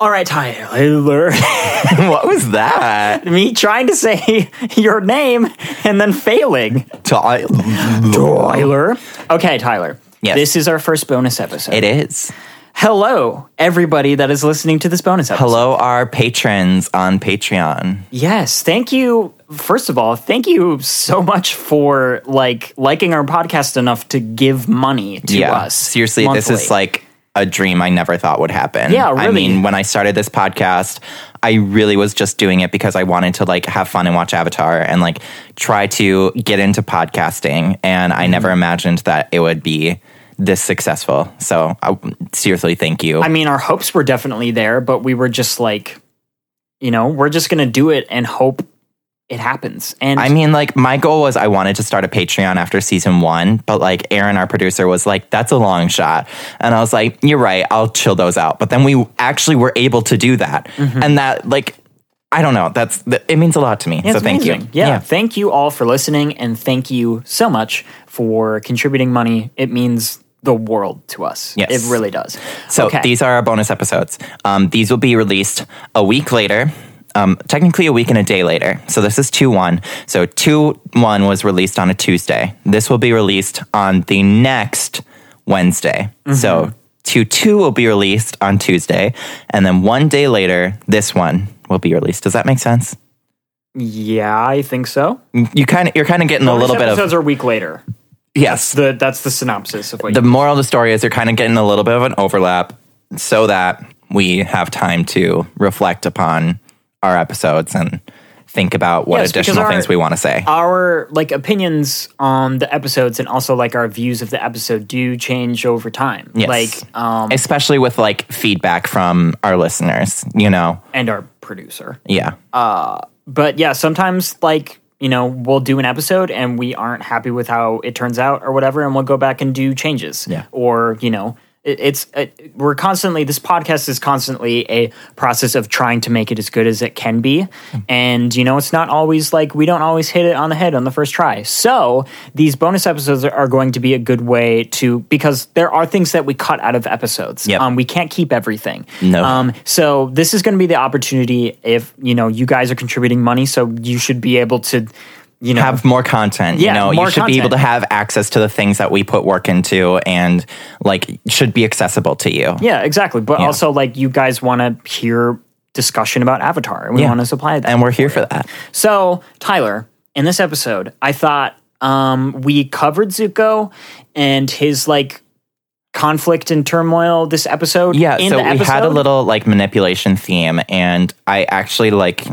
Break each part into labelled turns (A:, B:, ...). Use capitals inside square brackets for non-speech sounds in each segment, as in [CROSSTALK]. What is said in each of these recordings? A: All right, Tyler. [LAUGHS]
B: what was that?
A: Me trying to say [LAUGHS] your name and then failing.
B: Tyler.
A: Tyler. Okay, Tyler.
B: Yes.
A: This is our first bonus episode.
B: It is.
A: Hello, everybody that is listening to this bonus episode.
B: Hello, our patrons on Patreon.
A: Yes, thank you. First of all, thank you so much for like liking our podcast enough to give money to us.
B: Seriously, this is
A: monthly.
B: like a dream I never thought would happen.
A: Yeah,
B: I
A: really.
B: mean, when I started this podcast, I really was just doing it because I wanted to like have fun and watch Avatar and like try to get into podcasting. And
A: Mm-hmm.
B: I never imagined that it would be this successful. So, I, seriously, thank you.
A: I mean, our hopes were definitely there, but we were just like, you know, we're just gonna do it and hope it happens. And
B: I mean, like, my goal was I wanted to start a Patreon after season one, but like, Aaron, our producer, was like, that's a long shot. And I was like, you're right, I'll chill those out. But then we actually were able to do that.
A: Mm-hmm.
B: And that, like, I don't know, that's, that, it means a lot to me. so
A: It's
B: thank you.
A: amazing. Yeah, Thank you all for listening and thank you so much for contributing money. It means the world to us.
B: Yes.
A: It really does.
B: So
A: okay.
B: these are our bonus episodes. Um, these will be released a week later. Um, technically, a week and a day later. So this is 2 1. So 2 1 was released on a Tuesday. This will be released on the next Wednesday.
A: Mm-hmm.
B: So 2 2 will be released on Tuesday. And then one day later, this one will be released. Does that make sense?
A: Yeah, I think so.
B: You kind of you're kind of getting a little bit
A: episodes
B: of
A: are a week later.
B: yes.
A: The that's the synopsis of what
B: the moral of the story is you're kind of getting a little bit of an overlap so that we have time to reflect upon our episodes and think about what
A: Yes, because
B: additional
A: our-
B: things we want to say.
A: our like opinions on the episodes and also like our views of the episode do change over time.
B: Yes.
A: Like um
B: Especially with like feedback from our listeners, you know?
A: and our producer.
B: Yeah.
A: Uh, But yeah, sometimes like you know, we'll do an episode and we aren't happy with how it turns out or whatever, and we'll go back and do changes.
B: Yeah.
A: Or, you know, it, it's, it, we're constantly, this podcast is constantly a process of trying to make it as good as it can be.
B: Hmm.
A: And, you know, it's not always like we don't always hit it on the head on the first try. So these bonus episodes are- are going to be a good way to, because there are things that we cut out of episodes.
B: Yep.
A: Um, we can't keep everything.
B: No.
A: Um, so this is going to be the opportunity if you know you guys are contributing money, so you should be able to, you know,
B: have more content.
A: Yeah,
B: you know,
A: more
B: you should be able
A: content.
B: to have access to the things that we put work into and like should be accessible to you.
A: yeah, exactly. But also like you guys want to hear discussion about Avatar, and we
B: Yeah.
A: want to supply that.
B: And we're here for that.
A: so Tyler, in this episode, I thought um, we covered Zuko and his like conflict and turmoil this episode.
B: Yeah,
A: in
B: so
A: the
B: we had a
A: episode.
B: little like manipulation theme, and I actually like.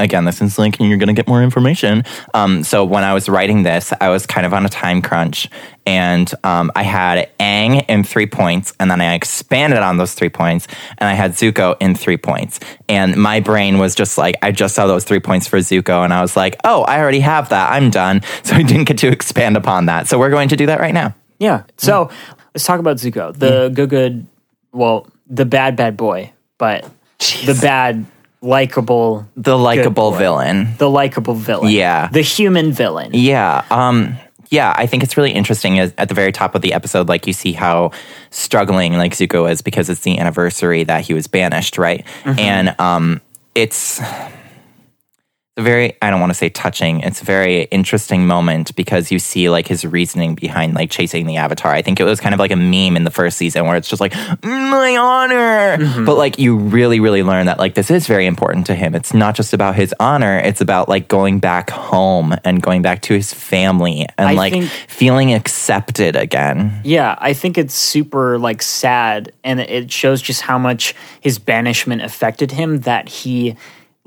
B: Again, this is like you're gonna get more information. Um, so when I was writing this, I was kind of on a time crunch, and um, I had Aang in three points, and then I expanded on those three points, and I had Zuko in three points, and my brain was just like, I just saw those three points for Zuko, and I was like, oh, I already have that, I'm done. [LAUGHS] So I didn't get to expand upon that. So we're going to do that right now.
A: Yeah. So let's talk about Zuko, the good, good, well, the bad, bad boy, but the bad, likable,
B: The likable
A: boy.
B: villain.
A: the likable villain.
B: Yeah.
A: The human villain.
B: Yeah. Um yeah, I think it's really interesting is at the very top of the episode like you see how struggling like Zuko is because it's the anniversary that he was banished, right? And um it's a very I don't want to say touching. It's a very interesting moment because you see like his reasoning behind like chasing the avatar. I think it was kind of like a meme in the first season where it's just like my honor,
A: Mm-hmm.
B: but like you really really learn that like this is very important to him. It's not just about his honor. It's about like going back home and going back to his family and
A: I
B: like
A: think-
B: feeling accepted again.
A: Yeah. I think it's super like sad and it shows just how much his banishment affected him that he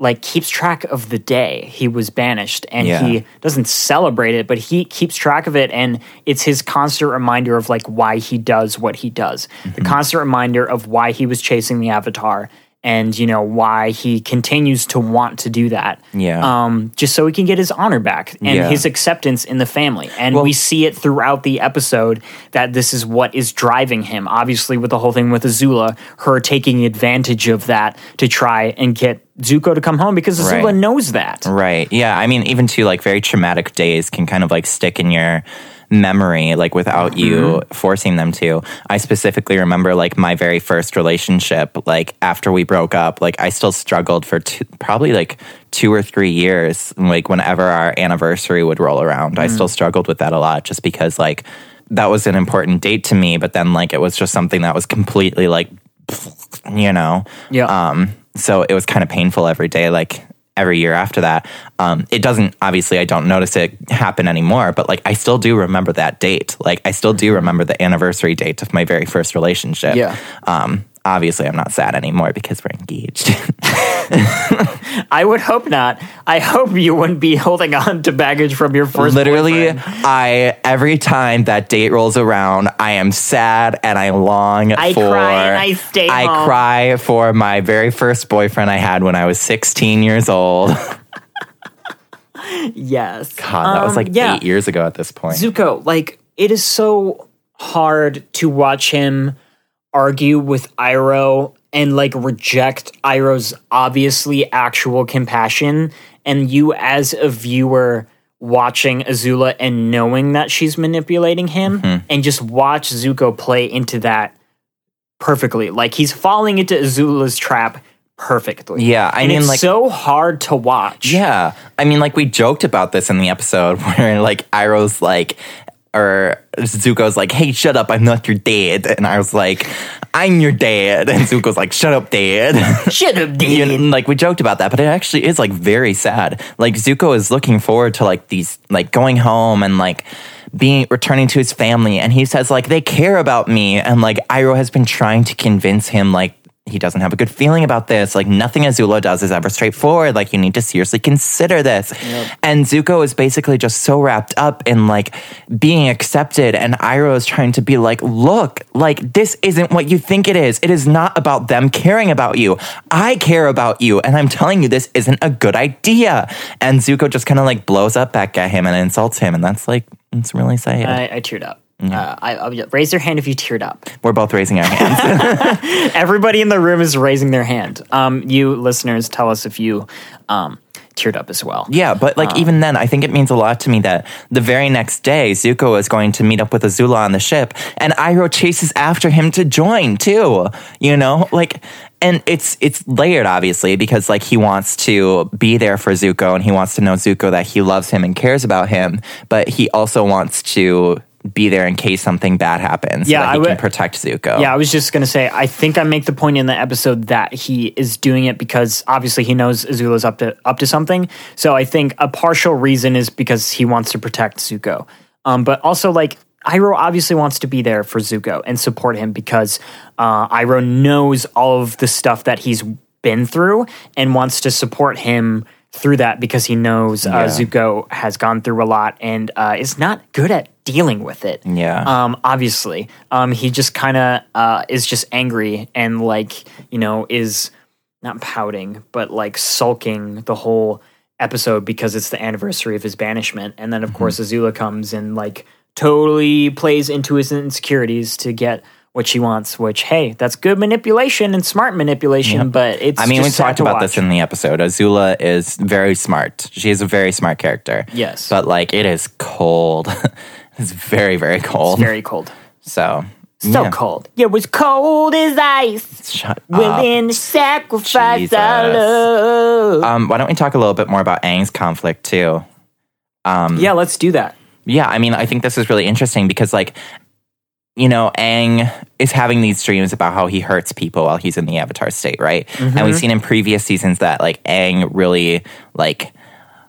A: like keeps track of the day he was banished and
B: Yeah.
A: he doesn't celebrate it but he keeps track of it and it's his constant reminder of like why he does what he does
B: Mm-hmm.
A: the constant reminder of why he was chasing the avatar and you know why he continues to want to do that
B: Yeah.
A: um just so he can get his honor back and
B: Yeah.
A: his acceptance in the family and we see it throughout the episode that this is what is driving him obviously with the whole thing with azula her taking advantage of that to try and get zuko to come home because azula
B: Right.
A: knows that
B: Right. Yeah. I mean, even too, like, very traumatic days can kind of like stick in your memory, like without you forcing them to. I specifically remember like my very first relationship, like after we broke up, like I still struggled for two, probably like two or three years, like whenever our anniversary would roll around. I still struggled with that a lot just because like that was an important date to me, but then like it was just something that was completely like, you know,
A: Yeah.
B: um, so it was kind of painful every day, like every year after that. Um, it doesn't, obviously, I don't notice it happen anymore, but like I still do remember that date. Like I still do remember the anniversary date of my very first relationship.
A: Yeah.
B: Um, obviously, I'm not sad anymore because we're engaged.
A: I would hope not. I hope you wouldn't be [LAUGHS] holding on to baggage from your first
B: [LAUGHS] Literally,
A: boyfriend.
B: I, every time that date rolls around, I am sad and I long
A: I
B: for.
A: cry and I stay
B: I
A: home.
B: cry for my very first boyfriend I had when I was 16 years old.
A: Yes.
B: God, that was
A: Um,
B: like
A: yeah.
B: eight years ago at this point.
A: Zuko, like, it is so hard to watch him argue with Iroh and like reject Iroh's obviously actual compassion. And you, as a viewer, watching Azula and knowing that she's manipulating him,
B: Mm-hmm.
A: and just watch Zuko play into that perfectly. Like, he's falling into Azula's trap perfectly.
B: Yeah, I
A: And
B: mean,
A: it's
B: like-
A: so hard to watch.
B: Yeah. I mean, like, we joked about this in the episode [LAUGHS] where, like, Iroh's like, or Zuko's like, hey, shut up, I'm not your dad. And I was like, I'm your dad. And Zuko's like, shut up, dad. [LAUGHS]
A: Should have
B: You
A: did.
B: know, like we joked about that, but it actually is like very sad. Like Zuko is looking forward to like these like going home and like being returning to his family and he says like they care about me and like Iroh has been trying to convince him like he doesn't have a good feeling about this. Like nothing Azula does is ever straightforward. Like you need to seriously consider this. And Zuko is basically just so wrapped up in like being accepted and Iroh is trying to be like, look, like this isn't what you think it is. It is not about them caring about you. I care about you. And I'm telling you, this isn't a good idea. And Zuko just kind of like blows up back at him and insults him. And that's like, it's really sad.
A: I, I teared up. Uh, I, I, raise your hand if you teared up.
B: We're both raising our hands.
A: Everybody in the room is raising their hand. Um, you listeners, tell us if you um, teared up as well.
B: Yeah, but like even then, I think it means a lot to me that the very next day, Zuko is going to meet up with Azula on the ship, and Iroh chases after him to join too. You know, like, and it's it's layered obviously because like he wants to be there for Zuko and he wants to know Zuko that he loves him and cares about him, but he also wants to be there in case something bad happens.
A: Yeah,
B: so that
A: I
B: he
A: would-
B: can protect Zuko.
A: Yeah, I was just gonna say. I think I make the point in the episode that he is doing it because obviously he knows Azula's up to up to something. So I think a partial reason is because he wants to protect Zuko, um, but also like Iroh obviously wants to be there for Zuko and support him because uh, Iroh knows all of the stuff that he's been through and wants to support him through that because he knows uh, Zuko has gone through a lot and uh, is not good at dealing with it
B: Yeah.
A: um, obviously. Um, he just kind of uh, is just angry and like you know is not pouting but like sulking the whole episode because it's the anniversary of his banishment, and then of
B: Mm-hmm.
A: course Azula comes and like totally plays into his insecurities to get what she wants. Which hey, that's good manipulation and smart manipulation, but it's
B: I mean, we
A: just sad
B: talked
A: to
B: about
A: watch.
B: this in the episode. Azula is very smart. She is a very smart character.
A: Yes.
B: But, like, it is cold. [LAUGHS] it's very, very cold.
A: very cold.
B: so,
A: So cold. It was cold as ice.
B: shut up.
A: Within sacrifice I
B: Jesus.
A: love.
B: Um, why don't we talk a little bit more about Aang's conflict, too?
A: Yeah, let's do that.
B: Yeah, I mean, I think this is really interesting because, like, you know, Aang is having these dreams about how he hurts people while he's in the Avatar state, right? And
A: Mm-hmm.
B: we've seen in previous seasons that, like, Aang really, like,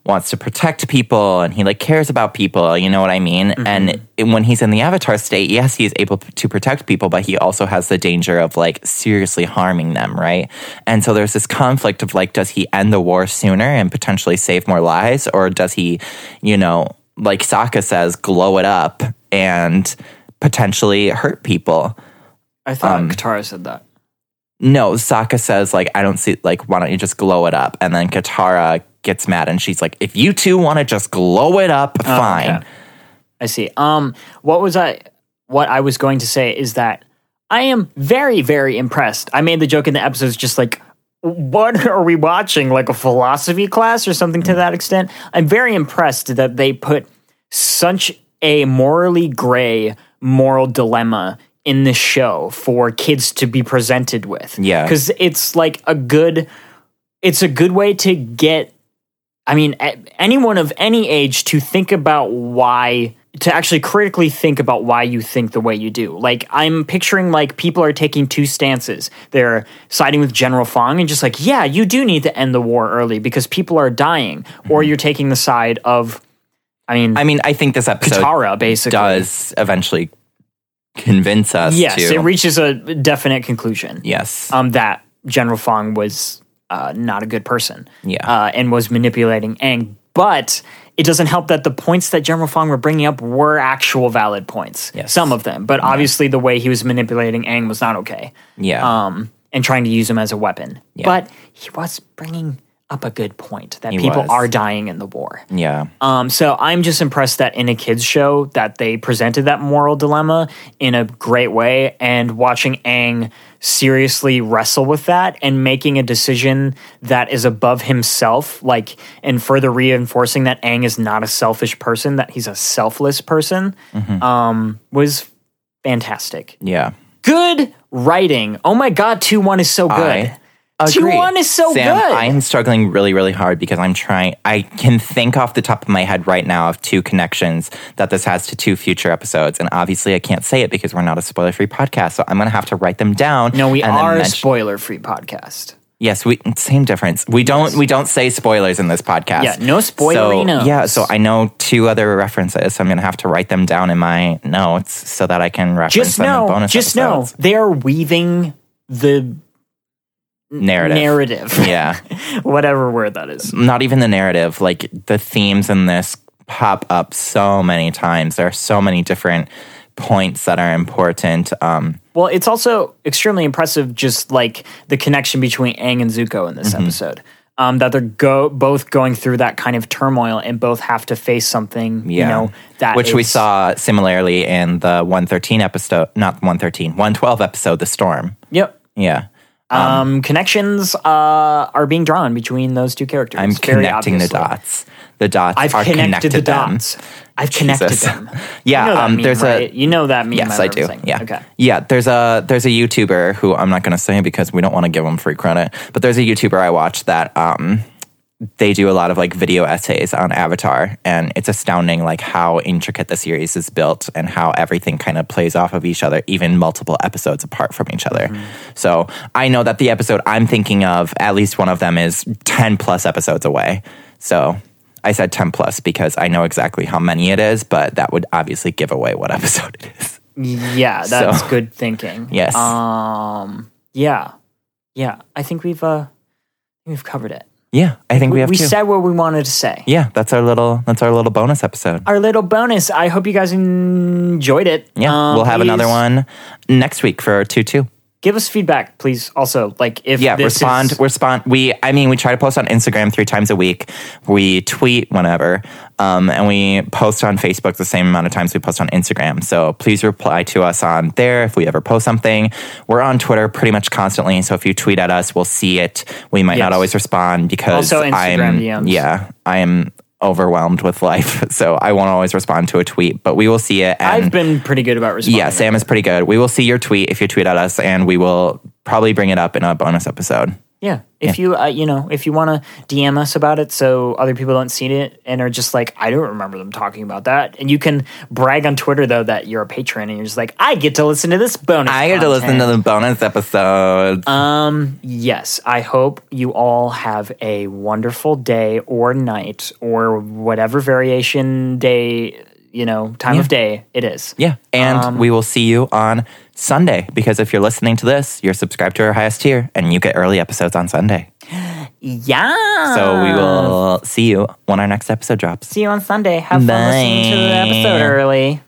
B: wants to protect people and he like cares about people you know what i mean and it- when he's in the avatar state yes he is able p- to protect people but he also has the danger of like seriously harming them right and so there's this conflict of like does he end the war sooner and potentially save more lives or does he you know like Sokka says glow it up and potentially hurt people
A: I thought Katara said that.
B: no, Sokka says, like, I don't see, like, why don't you just glow it up? And then Katara gets mad and she's like, if you two want to just glow it up,
A: Oh,
B: fine.
A: okay. I see. Um, what was I? What I was going to say is that I am very, very impressed. I made the joke in the episodes, just like, what [LAUGHS] are we watching? Like a Mm. philosophy class or something to that extent. I'm very impressed that they put such a morally gray moral dilemma in this show for kids to be presented with.
B: Yeah.
A: Because it's like a good, it's a good way to get, I mean, a- anyone of any age to think about why, to actually critically think about why you think the way you do. Like, I'm picturing like people are taking two stances. They're siding with General Fong and just like, yeah, you do need to end the war early because people are dying. Or you're taking the side of, I mean,
B: I mean, I think this episode
A: Tara, basically.
B: does eventually convince us
A: Yes,
B: to.
A: it reaches a definite conclusion.
B: yes.
A: Um, that General Fong was uh, not a good person.
B: Yeah.
A: Uh, and was manipulating Aang. But it doesn't help that the points that General Fong were bringing up were actual valid points.
B: Yes.
A: Some of them. But obviously, the way he was manipulating Aang was not okay.
B: yeah.
A: Um, and trying to use him as a weapon. But he was bringing up a good point that people
B: was.
A: are dying in the war.
B: yeah.
A: Um, so I'm just impressed that in a kids show that they presented that moral dilemma in a great way, and watching Aang seriously wrestle with that and making a decision that is above himself, like and further reinforcing that Aang is not a selfish person, that he's a selfless person,
B: Mm-hmm.
A: um, was fantastic.
B: yeah.
A: Good writing. Oh my god, two one is so good. Two
B: Agree.
A: one is so
B: Sam,
A: good.
B: I'm struggling really, really hard because I'm trying. I can think off the top of my head right now of two connections that this has to two future episodes, and obviously I can't say it because we're not a spoiler-free podcast. So I'm gonna have to write them down.
A: no, we
B: and then
A: are a
B: mention-
A: spoiler free podcast.
B: Yes, we same difference. We don't we don't say spoilers in this podcast.
A: Yeah, no spoilerinos.
B: So, yeah, so I know two other references, so I'm gonna have to write them down in my notes so that I can reference
A: just
B: them
A: know,
B: in bonus
A: just
B: episodes.
A: know they are weaving the
B: Narrative.
A: narrative,
B: [LAUGHS] Yeah.
A: [LAUGHS] whatever word that is.
B: not even the narrative, like the themes in this pop up so many times. There are so many different points that are important. Um,
A: Well, it's also extremely impressive, just like the connection between Aang and Zuko in
B: Mm-hmm.
A: this episode. Um, that they're go both going through that kind of turmoil and both have to face something, you
B: yeah.
A: know, that
B: which we
A: is-
B: saw similarly in the 113 episode, not 113, 112 episode, The Storm.
A: Yep.
B: Yeah.
A: Um, connections uh, are being drawn between those two characters.
B: I'm
A: very
B: connecting the
A: obviously.
B: dots. The dots
A: I've
B: are
A: connected, the
B: them.
A: dots. I've connected
B: Jesus.
A: them.
B: [LAUGHS] Yeah,
A: You know that
B: um,
A: meme,
B: there's a-
A: right? you know that meme.
B: Yes,
A: I'm
B: I do.
A: referencing.
B: Yeah.
A: Okay.
B: Yeah. There's a there's a YouTuber who I'm not going to say because we don't want to give them free credit, but there's a YouTuber I watch that um they do a lot of like video essays on Avatar, and it's astounding like how intricate the series is built and how everything kind of plays off of each other, even multiple episodes apart from each other.
A: Mm-hmm.
B: So I know that the episode I'm thinking of, at least one of them, is ten plus episodes away. So. I said 10 plus because I know exactly how many it is, but that would obviously give away what [LAUGHS] episode it is.
A: Yeah, that's good thinking.
B: [LAUGHS] Yes.
A: Um. Yeah. Yeah. I think we've uh we've covered it.
B: yeah, I think we, have
A: we
B: two.
A: said what we wanted to say.
B: yeah, that's our little that's our little bonus episode.
A: Our little bonus. I hope you guys enjoyed it.
B: Yeah,
A: Um,
B: we'll have another
A: please
B: one next week for two two.
A: Give us feedback, please. Also, like if
B: Yeah,
A: this
B: respond,
A: is-
B: respond. We, I mean, we try to post on Instagram three times a week. We tweet whenever, um, and we post on Facebook the same amount of times we post on Instagram. So please reply to us on there if we ever post something. We're on Twitter pretty much constantly, so if you tweet at us, we'll see it. We might not
A: Yes.
B: always respond because
A: Also Instagram
B: I'm,
A: DMs.
B: yeah, I'm overwhelmed with life, [LAUGHS] so I won't always respond to a tweet, but we will see it. And
A: I've been pretty good about responding.
B: yeah, Sam is pretty good. We will see your tweet if you tweet at us, and we will probably bring it up in a bonus episode.
A: Yeah. If you, uh, you know, if you want to DM us about it so other people don't see it and are just like, I don't remember them talking about that. And you can brag on Twitter, though, that you're a patron and you're just like, I get to listen to this bonus.
B: I get to listen to the bonus episode.
A: Um, yes. I hope you all have a wonderful day or night or whatever variation day, you know, time of day it is.
B: yeah. And we will see you on Sunday because if you're listening to this, you're subscribed to our highest tier and you get early episodes on Sunday.
A: Yeah.
B: So we will see you when our next episode drops.
A: see you on Sunday. Have fun listening to the
B: Bye.
A: episode early.